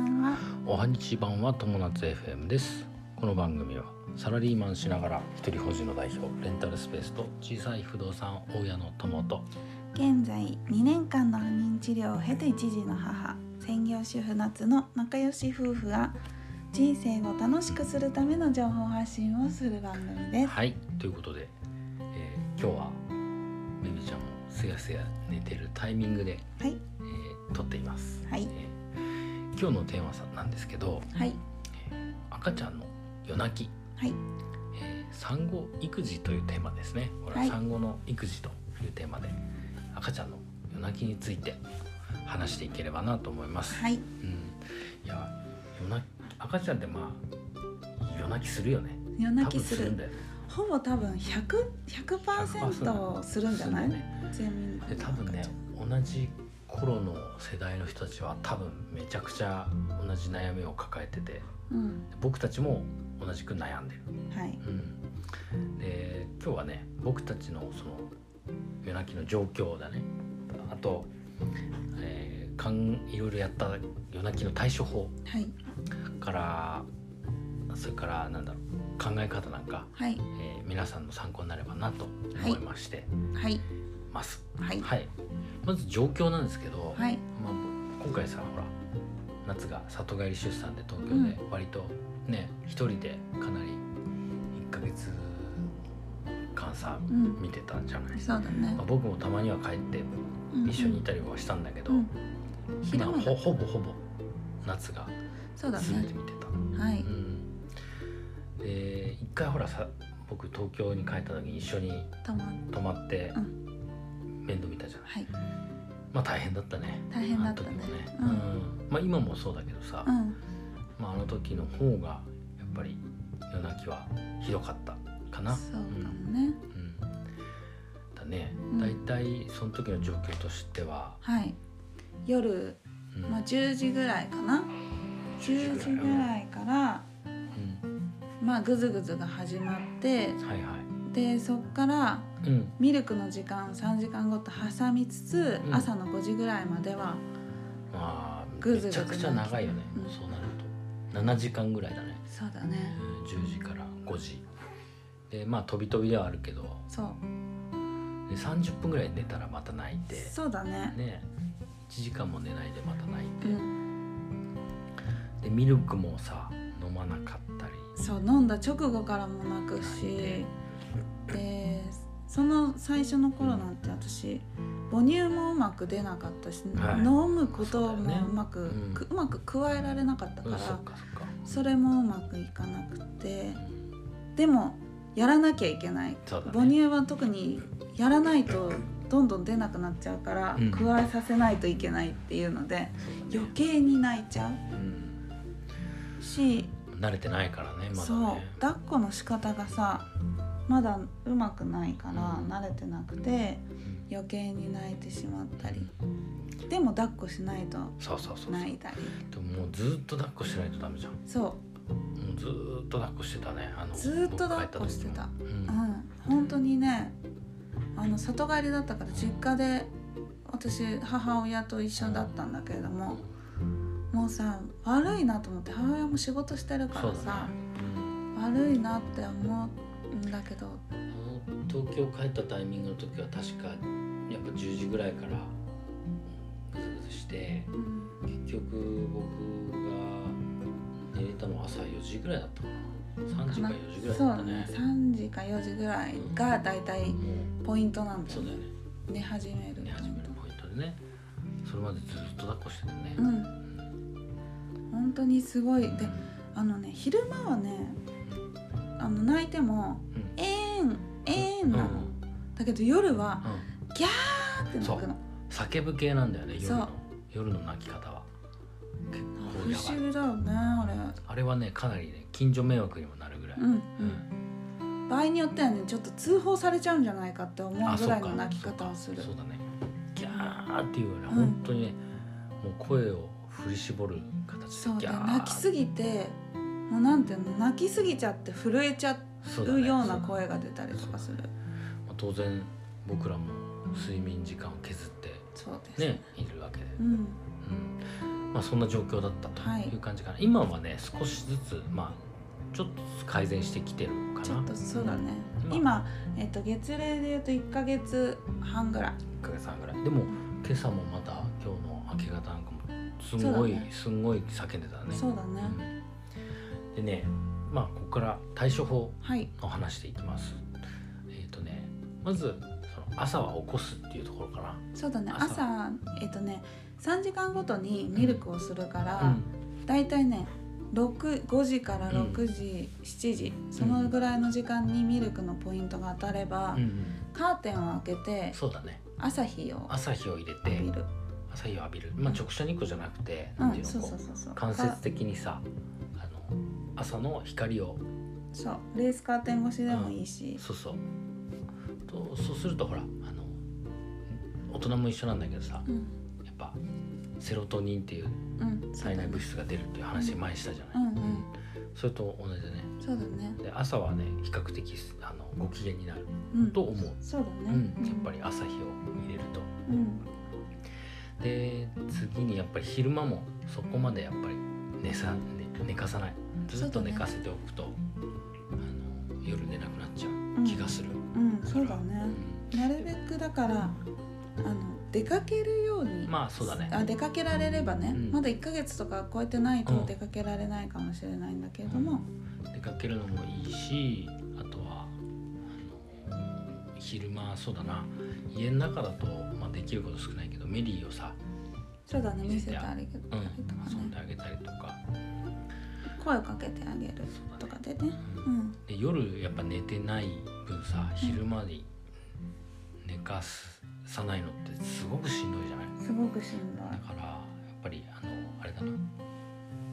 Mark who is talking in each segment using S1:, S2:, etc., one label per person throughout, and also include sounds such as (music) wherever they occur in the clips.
S1: こんにちはは友達 FM ですこの番組はサラリーマンしながら一人保持の代表レンタルスペースと小さい不動産大家の友と
S2: 現在2年間の不妊治療を経て一児の母専業主婦夏の仲良し夫婦が人生を楽しくするための情報発信をする番組です。
S1: はいということで、えー今日はベビちゃんもすやすや寝てるタイミングで、
S2: はい、
S1: えー撮っています、
S2: はい
S1: えー今日のテーマさなんですけど
S2: はい、
S1: 赤ちゃんの夜泣き、
S2: はい、
S1: えー産後育児というテーマですねこれは
S2: はい
S1: 産後の育児というテーマで、赤ちゃんの夜泣きについて話していければなと思います、
S2: はい、
S1: うん、いや夜泣き赤ちゃんってまあ夜泣きするよね
S2: 夜泣きす
S1: 多分ん
S2: る。
S1: だよね
S2: ほぼ多分100 100%するんじゃない
S1: す？ね
S2: 全
S1: で
S2: 員
S1: 多分ね同じ頃の世代の人たちは多分めちゃくちゃ同じ悩みを抱えてて
S2: うん、
S1: 僕たちも同じく悩んでる、
S2: はい、
S1: うん、で今日はね僕たちのその夜泣きの状況だねあと、えーかんいろいろやった夜泣きの対処法
S2: はい、
S1: からそれからなんだろう考え方なんか、
S2: はい
S1: え、ー皆さんの参考になればなと思いまして
S2: はい、
S1: ます。
S2: はい、
S1: はい、まず状況なんですけど、
S2: はい、
S1: まあ、今回さほら夏が里帰り出産で東
S2: う
S1: 京で
S2: ん
S1: 割とね一、人でかなり1ヶ月間さ
S2: うん
S1: 見てたじゃない、
S2: そうだね
S1: まあ、。僕もたまには帰って
S2: うん
S1: 一緒にいたりはしたんだけど、
S2: うん、
S1: ま
S2: 昼
S1: あ
S2: 間
S1: ほ
S2: だ。
S1: ほぼほぼ夏が
S2: そうだ
S1: 全
S2: ね
S1: て。見てた。
S2: はい、
S1: うんで一回ほらさ僕東京に帰った時に一緒に
S2: たま、
S1: 泊まって
S2: う
S1: 面倒見たじゃない、
S2: はい、
S1: まあ大変だったね
S2: 大変だったね
S1: あの時もね、
S2: う
S1: うんんまあ、今もそうだけどさ、
S2: うん。
S1: まあ、あの時の方がやっぱり夜泣きはひどかったかな
S2: そうかもね。
S1: うんうんだね
S2: ん
S1: 大体その時の状況としては、
S2: はい。夜、
S1: うん
S2: まあ、10時ぐらいかな。10時ぐらいから、
S1: うん
S2: まあ、ぐずぐずが始まって、
S1: はいは
S2: で、そっから。
S1: いうん
S2: ミルクの時間を3時間ごと挟みつつ、
S1: うん
S2: 朝の5時ぐらいまでは
S1: まあ
S2: ぐ
S1: め
S2: ずぐず
S1: ちゃくちゃ長いよね、
S2: うん
S1: そうなると7時間ぐらいだね
S2: そうだね
S1: 10時から5時でまあ飛び飛びではあるけど
S2: そう
S1: で30分ぐらい寝たらまた泣いて
S2: そうだね
S1: ね1時間も寝ないでまた泣いて、
S2: うん
S1: でミルクもさ飲まなかったり
S2: そう飲んだ直後からも泣くしでその最初の頃なんて私母乳もうまく出なかったし、
S1: はい
S2: 飲むこと
S1: そうだよ
S2: も
S1: ね
S2: うまくう,、
S1: うん
S2: まく加えられなかったか
S1: うん
S2: ら、
S1: そっかそっか
S2: それもうまくいかなくて
S1: うん
S2: でもやらなきゃいけない、
S1: そうだね
S2: 母乳は特にやらないとどんどん出なくなっちゃうから、
S1: うん
S2: 加えさせないといけないっていうので
S1: そ
S2: 余
S1: うだね
S2: 計に泣いちゃ
S1: うん
S2: うし、
S1: 慣れてないからねまだ
S2: そう
S1: ね
S2: 抱っこの仕方がさまだうまくないから
S1: うん
S2: 慣れてなくて
S1: うん
S2: 余計に泣いてしまったりでも抱っこしないと
S1: そうそうそうそう
S2: 泣いたり
S1: でももうずっと抱っこしないとダメじゃんも
S2: そう
S1: うずーっと抱っこしてたねあの
S2: ずーっと抱っこしてた
S1: 僕帰っ時
S2: う
S1: もうん
S2: ん本当にねあの里帰りだったから実家で私母親と一緒だったんだけれどももうさ悪いなと思って母親も仕事してるか
S1: そ
S2: ら
S1: うだ
S2: さ、
S1: ね、うん
S2: 悪いなって思うんだけど
S1: あの東京帰ったタイミングの時は確かやっぱ10時ぐらいからぐずぐずして
S2: うん
S1: 結局僕が寝れたのは朝4時ぐらいだったかな3時か4時ぐらいだ
S2: そ
S1: った
S2: う
S1: ね
S2: ね3時か4時ぐらいがだいたい
S1: も
S2: ポイントなん
S1: う
S2: だ
S1: そ
S2: よ
S1: うだよね
S2: 寝始める
S1: 寝始めるポイントでねそれまでずっと抱っこしてたね、
S2: うん本当にすごいで
S1: う
S2: あのね昼間はねあの泣いても
S1: ん
S2: 「えーんえーん」なの、
S1: うん
S2: だけど夜は
S1: うん
S2: 「あーって泣くの
S1: 叫ぶ系なんだよね夜
S2: そう
S1: の夜の泣き方は結構や
S2: 不
S1: ばい
S2: 思議だよねあれ
S1: あれはねかなりね近所迷惑にもなるぐらい、
S2: うん、
S1: うん
S2: うん、場合によってはねちょっと通報されちゃうんじゃないかって思
S1: あ
S2: うぐ
S1: そ
S2: ら
S1: う
S2: い
S1: か
S2: の泣き方をする
S1: そうかそうだねギャーっていうよりは
S2: うん
S1: 本当にね、もう声を振り絞る形
S2: そう
S1: で
S2: で
S1: ギャー
S2: 泣きすぎてもうなんていうの泣きすぎちゃって震えちゃ
S1: そうだね
S2: ような
S1: そだね
S2: 声が出たりとかする
S1: まあ当然僕らも睡眠時間を削って
S2: そうです
S1: ねいるわけで、
S2: うん
S1: うんまあ、そんな状況だった
S2: は
S1: と
S2: い
S1: いう感じかな、今はね少しずつ、まあ、ちょっとずつ改善してきてるか
S2: ちょ
S1: な
S2: っとそうだね、
S1: うん
S2: 今、えっと月齢でいうと1か月半ぐらい
S1: 1ヶ月半ぐらいでも今朝もまた今日の明け方なんかもすごい、
S2: そうだね
S1: すごい叫んでたね
S2: そうだね、
S1: うんでねまあここから対処法
S2: はい
S1: の話でいきますえっ、とねまずその朝は起こすっていうところかな
S2: そうだね
S1: 朝
S2: 朝えっとね3時間ごとにミルクをするから、
S1: うん
S2: だいたいね6 5時から6時、7時そのぐらいの時間にミルクのポイントが当たれば、
S1: うんうん
S2: カーテンを開けて
S1: そうだね
S2: 朝日を
S1: 朝日を入れて
S2: 浴びる、
S1: 朝日を浴びる、まあ、直射日光じゃなくて、
S2: う
S1: なんてい
S2: ん、
S1: うの
S2: そう
S1: こう
S2: そうそうそう
S1: 間接
S2: か
S1: 的にさあの朝の光を
S2: そうレースカーテン越しでもいいし、
S1: そうそうとそうするとほらあの大人も一緒なんだけどさ
S2: うん
S1: やっぱセロトニンっていう
S2: うん、そうだ
S1: 体内
S2: ね
S1: 物質が出るっていう話前にしたじゃない、
S2: うんうん
S1: それと同じでね
S2: そうだね
S1: で朝はね比較的あのご機嫌になる
S2: うん
S1: と思う、
S2: そうだ
S1: う
S2: ね
S1: ん、やっぱり朝日を入れると
S2: うん
S1: で次にやっぱり昼間もそこまでやっぱり寝さ、ね、寝かさないずっと寝かせておくと、あの夜寝なくなっちゃ
S2: う
S1: うん気がする、
S2: うんそうだ
S1: う
S2: ね
S1: ん
S2: なるべくだからあの出かけるように、
S1: まあそうだね
S2: あ出かけられればね、
S1: うん
S2: まだ1ヶ月とか超えてないと
S1: うん
S2: 出かけられないかもしれないんだけれども、
S1: 出かけるのもいいしあとはあの昼間そうだな家の中だと、まあ、できること少ないけどメリーをさ、
S2: そうだね見せてあげたりと
S1: う
S2: か
S1: ん、
S2: ね、
S1: 遊んであげたりとか、
S2: 声をかけてあげるとかでね
S1: う
S2: うんん
S1: で夜やっぱ寝てない分さ昼間に寝かさないのってすごくしんどいじゃない
S2: すごくしんど
S1: だからやっぱりあのあれだな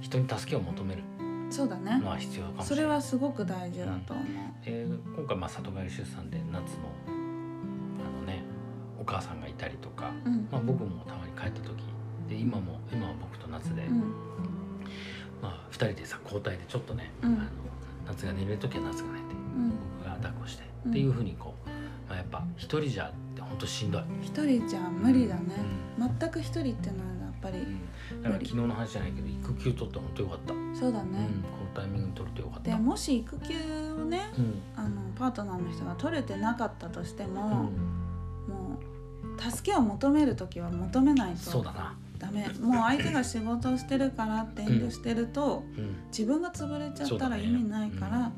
S1: 人に助けを求める
S2: いそうだね
S1: のは必要かもし
S2: そ
S1: れ
S2: れ
S1: ない。
S2: はすごく大事だと思う、
S1: で今回まあ里帰り出産で夏のあのねお母さんがいたりとか、
S2: うん
S1: まあ、僕もたまに帰った時で今も今は僕と夏で、
S2: うん
S1: まあ、2人でさ交代でちょっとね、
S2: うん
S1: あの夏が寝れる時は夏が寝て
S2: うん
S1: 僕が抱っこして、
S2: うん
S1: っていうふうにこう、まあ、やっぱ一人じゃってほんとしんどい、
S2: 一人じゃ無理だね、
S1: う
S2: 全く一人ってのはやっぱり、
S1: ん、だから昨日の話じゃないけど育休取ってほんとよかった、
S2: そうだ
S1: う
S2: ね、
S1: ん、このタイミングに取れてよかった
S2: でもし育休をね
S1: うん
S2: あのパートナーの人が取れてなかったとして
S1: う
S2: も、
S1: ん、
S2: もう助けを求める時は求めない
S1: そう
S2: と
S1: だな、
S2: ダメもう相手が仕事をしてるからって遠慮してると、
S1: うん、
S2: 自分が潰れちゃ
S1: そう
S2: っ
S1: だ
S2: たら
S1: ね
S2: 意味ないから、うん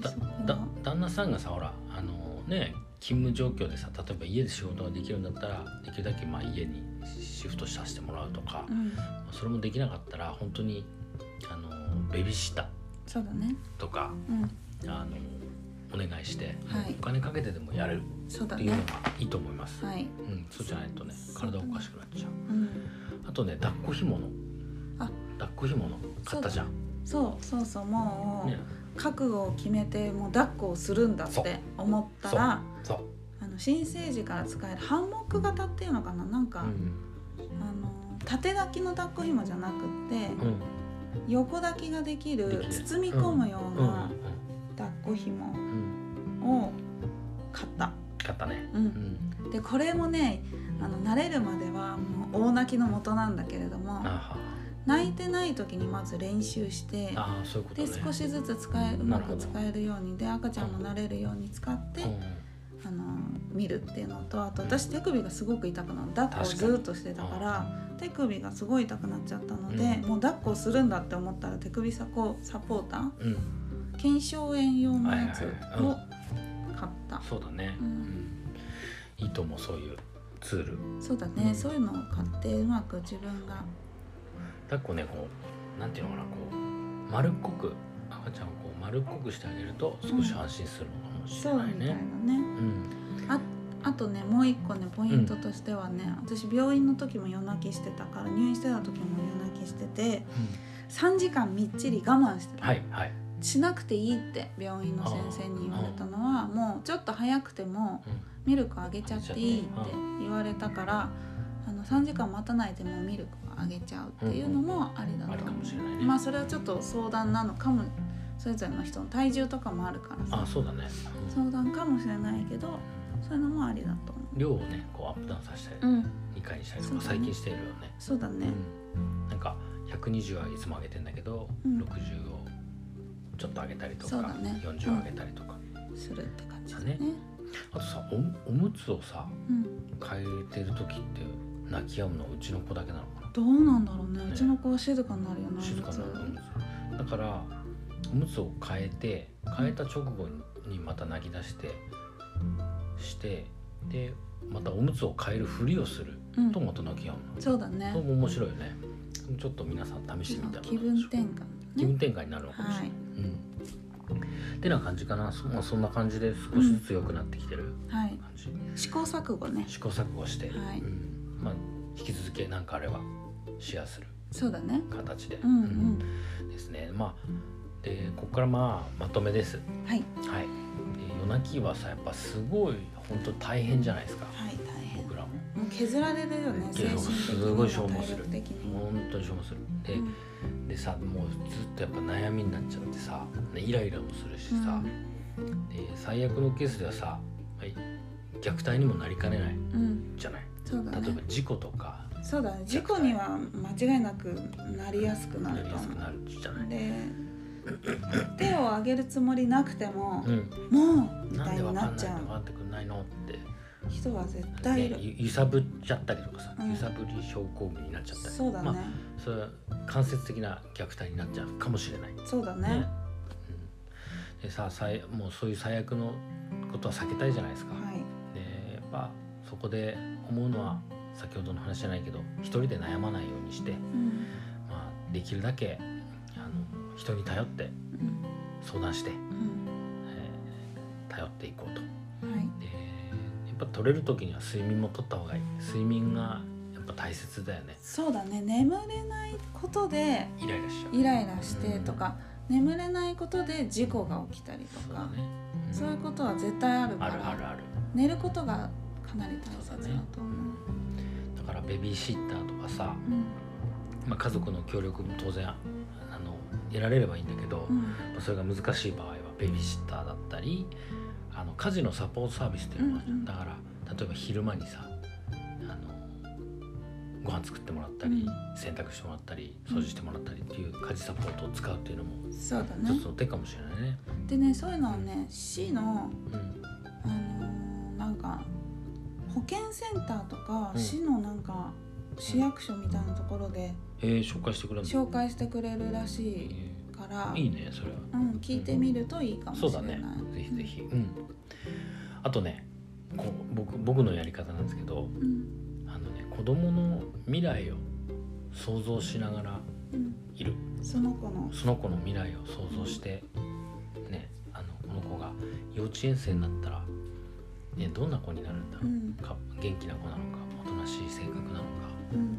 S1: だ
S2: そこは
S1: だ旦那さんがさほらあのね勤務状況でさ例えば家で仕事ができるんだったらできるだけまあ家にシフトさせてもらうとか、
S2: うん、
S1: それもできなかったら本当にあのベビーシッター
S2: そうだね
S1: とか
S2: うん
S1: あのお願いして、
S2: はい
S1: お金かけてでもやれる
S2: そうだ
S1: っていうの
S2: ね
S1: がいいと思います、
S2: はい、
S1: うん、そうじゃないとね体おかしくなっちゃう
S2: うん、
S1: あとね抱っこひもの
S2: あ
S1: 抱っこひもの買ったじゃん、
S2: そうそうそうもう、
S1: ね、
S2: 覚悟を決めてもう抱っこをするんだっ
S1: そう
S2: て思ったら
S1: そう、
S2: あの新生児から使えるハンモック型っていうのかななんか、
S1: うん
S2: あの縦抱きの抱っこ紐じゃなくって、
S1: うんうん
S2: 横抱きができ
S1: で
S2: る
S1: きる
S2: 包み込むよう
S1: うん
S2: な抱っこ紐
S1: うんうん
S2: を買った、
S1: 買ったね、
S2: う、
S1: うんん、
S2: でこれもねあの慣れるまではもう大泣きの元なんだけれども
S1: あー
S2: 泣いてない時にまず練習して
S1: あーそういうこと
S2: で
S1: ね
S2: 少しずつ使えうまく
S1: なるほ
S2: 使えるようにで赤ちゃんも慣れるように使って、
S1: うん
S2: あの見るっていうのとあと
S1: うん
S2: 私手首がすごく痛くなる抱っこを
S1: 確かに
S2: ずっとしてたから手首がすごい痛くなっちゃったので、
S1: うん
S2: もう抱っこするんだって思ったら手首サポサポーター
S1: うん、
S2: 腱鞘炎用のやつ
S1: はいはい
S2: を
S1: は
S2: 買った
S1: そうだね、
S2: うん
S1: うんいいと思うそういうツール
S2: そうだね、
S1: うん
S2: そういうのを買ってうまく自分が
S1: 抱っこねこうなんていうのかなこう丸っこく赤ちゃんをこう丸っこくしてあげると少し安心するのかもし
S2: そ
S1: れ
S2: う
S1: な
S2: み
S1: い
S2: たいな
S1: ね。
S2: ね
S1: うん
S2: あとねもう一個ねポイントとしてはね、私病院の時も夜泣きしてたから入院してた時も夜泣きしてて3時間みっちり我慢してた、
S1: はいはい。
S2: しなくていいって病院の先生に言われたのはもうちょっと早くても
S1: う
S2: ミルクあげちゃっていいって
S1: あげちゃって
S2: 言われたからあの3時間待たないでもミルクをあげちゃうっていうのもありだ
S1: んある
S2: と
S1: か
S2: 思
S1: も
S2: う
S1: しれないね。
S2: まあそれはちょっと相談なのかもそれぞれの人の体重とかもあるから
S1: あ
S2: さ
S1: そうだね。う
S2: 相
S1: ん
S2: 談かもしれないけどそういうのもありだと思
S1: 量をねこうアップダウンさせたり
S2: ううん
S1: 2回にしたりと
S2: そ
S1: か
S2: うだね
S1: 最近しているよね。
S2: そうだね
S1: うんなんか120はいつも上げてんだけど、
S2: うん
S1: 60をちょっと上げたりとか、
S2: そうだね
S1: 40を上げたりとか、
S2: するって感じだ
S1: だ
S2: ね
S1: ねあとさおおむつをさ
S2: うん、
S1: 変えてる時って泣き止むのはうちの子だけなのかな
S2: どうなんだろうね
S1: ね
S2: うちの子は静かになるよな
S1: 静かになるおむ
S2: 普
S1: つだからおむつを変えて変えた直後にまた泣き出してしてでまたおむつを変えるふりをする
S2: 通うん
S1: とまた泣き止むの、
S2: そうだね
S1: それも面白いよねちょっと皆さん試してみたらど
S2: 気
S1: う
S2: 分
S1: でしょ
S2: 転
S1: う
S2: 換
S1: 気分
S2: ね
S1: 転換になるのかもしれない、
S2: はい
S1: うんってな感じかなそ,、まあ、そんな感じで少しずつ良くなってきてる
S2: はい
S1: 感じ、
S2: 試行錯誤ね
S1: 試行錯誤して、
S2: はい
S1: うんまあ、引き続き何かあればシェアする
S2: そうだね
S1: 形で、
S2: うんう
S1: うんですねまあでここからまあまとめです
S2: んはい
S1: はいで夜泣きはさやっぱすごい本当大変じゃないですか
S2: はい大変
S1: 僕らも
S2: もう削られるよね精神的に
S1: す
S2: も
S1: ごい消耗する
S2: 体力的にも
S1: 本当に消耗するで、
S2: うん
S1: でさもうずっとやっぱ悩みになっちゃってさねイライラもするしさ、で最悪のケースではさはい虐待にもなりかねない
S2: うん
S1: じゃない
S2: そうだ
S1: 例えば
S2: ね
S1: 事故とか
S2: そうだね事故には間違いなくなりやすくな
S1: な
S2: る
S1: り
S2: と
S1: や
S2: 思
S1: すく
S2: う
S1: なるじゃない、
S2: で手を挙げるつもりなくても
S1: う、ん、
S2: もうみ
S1: な
S2: た
S1: ん
S2: い
S1: で
S2: に
S1: わ
S2: な
S1: か
S2: っ
S1: ん
S2: ち
S1: ない
S2: ゃ
S1: の
S2: う
S1: わかってくんないのって
S2: 人は絶対い
S1: ね
S2: る、
S1: ゆ揺さぶっちゃったりとかさ、
S2: うん
S1: 揺さぶり症候群になっちゃったり
S2: そうだね、
S1: まあ、それは間接的な虐待になっちゃうかもしれない、ね
S2: そうだね
S1: うん、でさ最もうそういう最悪のことは避けたいじゃないですか、
S2: はい
S1: でやっぱそこで思うのは先ほどの話じゃないけど一人で悩まないようにして、
S2: うん
S1: まあ、できるだけあの人に頼って相談して、
S2: うん
S1: えー頼っていこうと。
S2: うんはい
S1: でやっぱ取れる時には睡眠も取った方がいい睡眠がやっぱ大切だよね
S2: そうだね眠れないことで
S1: イライラしちゃう
S2: イライラしてとか、眠れないことで事故が起きたりと
S1: そうだ
S2: か
S1: ね、うん
S2: そういうことは絶対あるか
S1: あ
S2: ら
S1: るあるある
S2: 寝ることがかなり大
S1: そう
S2: 切
S1: だ
S2: だ
S1: ね、
S2: と
S1: う
S2: 思う。
S1: ん、だからベビーシッターとかさ、
S2: うん
S1: まあ、家族の協力も当然あの得られればいいんだけど、
S2: うん
S1: まあそれが難しい場合はベビーシッターだったりあの家事のサポートサービスっていうのもあるじゃ
S2: う
S1: ん、
S2: んうん
S1: だから例えば昼間にさあのご飯作ってもらったり、
S2: う
S1: 洗濯してもらったり掃除してもらったりっていう家事サポートを使うっていうのも
S2: そうだ
S1: 一
S2: ね
S1: つの手かもしれないね。
S2: でねそういうのはね市の、
S1: うん
S2: あのーなんか保健センターとか、
S1: うん
S2: 市のなんか市役所みたいなところで
S1: えー、紹介してくれるの、
S2: 紹介してくれるらしい
S1: え
S2: から、
S1: ーいいねそれは。
S2: うん、聞いてみるといいかもし
S1: そ
S2: れ
S1: う
S2: ない。
S1: だねぜひぜひ。うん、あとねこう僕僕のやり方なんですけど
S2: うん。
S1: あの、ね、子供の未来を想像しながら
S2: うん
S1: いる。
S2: その子の、
S1: その子の未来を想像して、ね、あのこの子が幼稚園生になったら、ね、どんな子になるんだ
S2: う
S1: ろ
S2: ん
S1: うか元気な子なのかおとなしい性格なのか、
S2: うん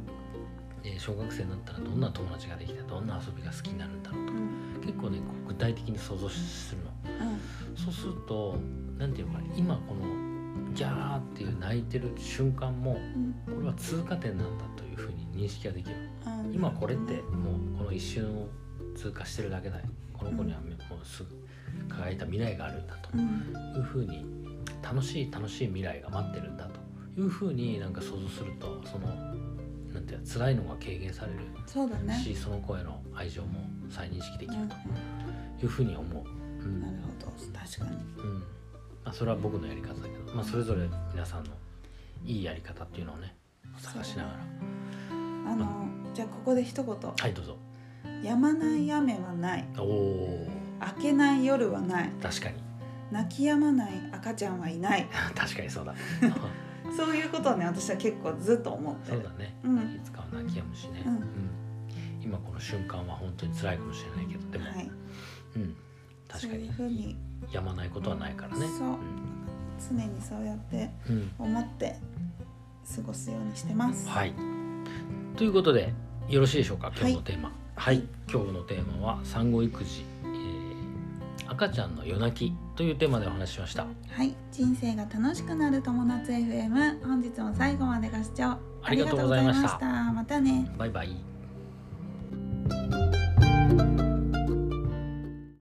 S1: ね、小学生になったらどんな友達ができてどんな遊びが好きになるんだろう
S2: う
S1: とか
S2: ん
S1: 結構ねこう具体的に想像するの
S2: うん
S1: そうすると何て言うのかな今このギャーっていう泣いてる瞬間
S2: う
S1: も
S2: ん
S1: これは通過点なんだというふうに認識ができる
S2: うん
S1: 今これってもうこの一瞬を通過してるだけだよこの子にはもうすぐ輝いた未来があるんだと
S2: うん
S1: いうふうに楽しい楽しい未来が待ってるんだというふうになんか想像するとそのなんていうの辛いのが軽減される
S2: そうだね
S1: し、その子への愛情も再認識で
S2: う
S1: き
S2: ん
S1: るというふうに思う。う
S2: うん
S1: ん
S2: なるほど確かに
S1: うんまあ、それは僕のやり方だけど、まあ、それぞれ皆さんのいいやり方っていうのをね探しながら
S2: あのじゃあここで一言
S1: はいどうぞ
S2: 「やまない雨はない
S1: おお
S2: 明けない夜はない
S1: ー確かに (laughs)
S2: 泣き止まない赤ちゃんはいない
S1: 確かにそうだ」
S2: (laughs) そういうことをね私は結構ずっと思って
S1: そう
S2: る
S1: だね
S2: うん
S1: いつかは泣き止むしね、
S2: うん
S1: うん今この瞬間は本当に辛いかもしれないけどでも、
S2: はい
S1: うん、確か
S2: そういうふう
S1: に
S2: に
S1: やまないことはないからね
S2: そうん常にそうやって
S1: うん
S2: 思って過ごすようにしてます
S1: はい。ということでよろしいでしょうか今日のテーマ。はいい、今日のテーマは産後育児、えー赤ちゃんの夜泣きというテーマでお話ししました。
S2: はい、人生が楽しくなる友達 FM 本日も最後までご視聴
S1: ありがとうございました
S2: ありがとうございましたまたね
S1: バイバイ。
S2: 「